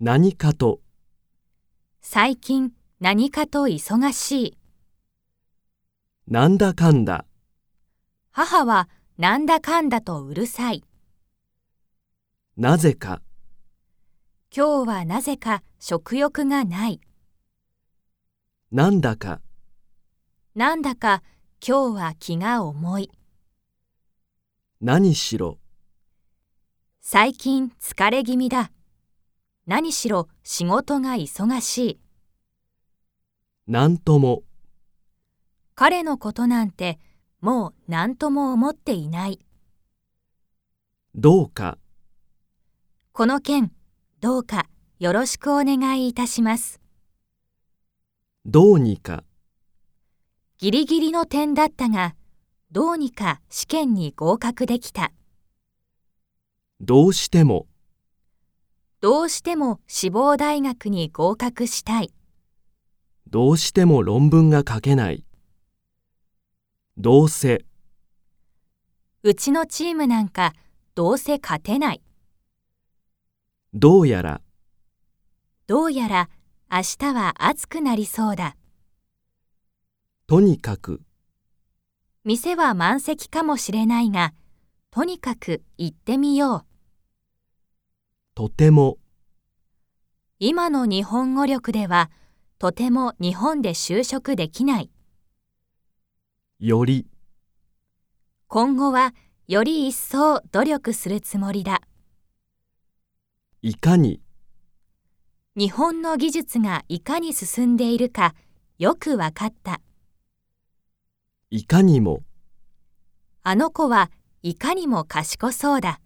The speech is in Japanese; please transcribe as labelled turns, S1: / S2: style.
S1: 何かと
S2: 最近何かと忙しい。
S1: なんだかんだ
S2: 母はなんだかんだとうるさい。
S1: なぜか
S2: 今日はなぜか食欲がない。
S1: なんだか
S2: なんだか今日は気が重い。
S1: 何しろ
S2: 最近疲れ気味だ。何しろ仕事が忙しい。
S1: なんとも
S2: 彼のことなんてもう何とも思っていない。
S1: どうか
S2: この件、どうかよろしくお願いいたします。
S1: どうにか
S2: ギリギリの点だったが、どうにか試験に合格できた。
S1: どうしても
S2: どうしても志望大学に合格したい。
S1: どうしても論文が書けないどうせ
S2: うちのチームなんかどうせ勝てない。
S1: どうやら
S2: どうやら明日は暑くなりそうだ。
S1: とにかく
S2: 店は満席かもしれないが、とにかく行ってみよう。
S1: とても
S2: 今の日本語力では、とても日本で就職できない。
S1: より
S2: 今後はより一層努力するつもりだ。
S1: いかに
S2: 日本の技術がいかに進んでいるかよくわかった。
S1: いかにも
S2: あの子はいかにも賢そうだ。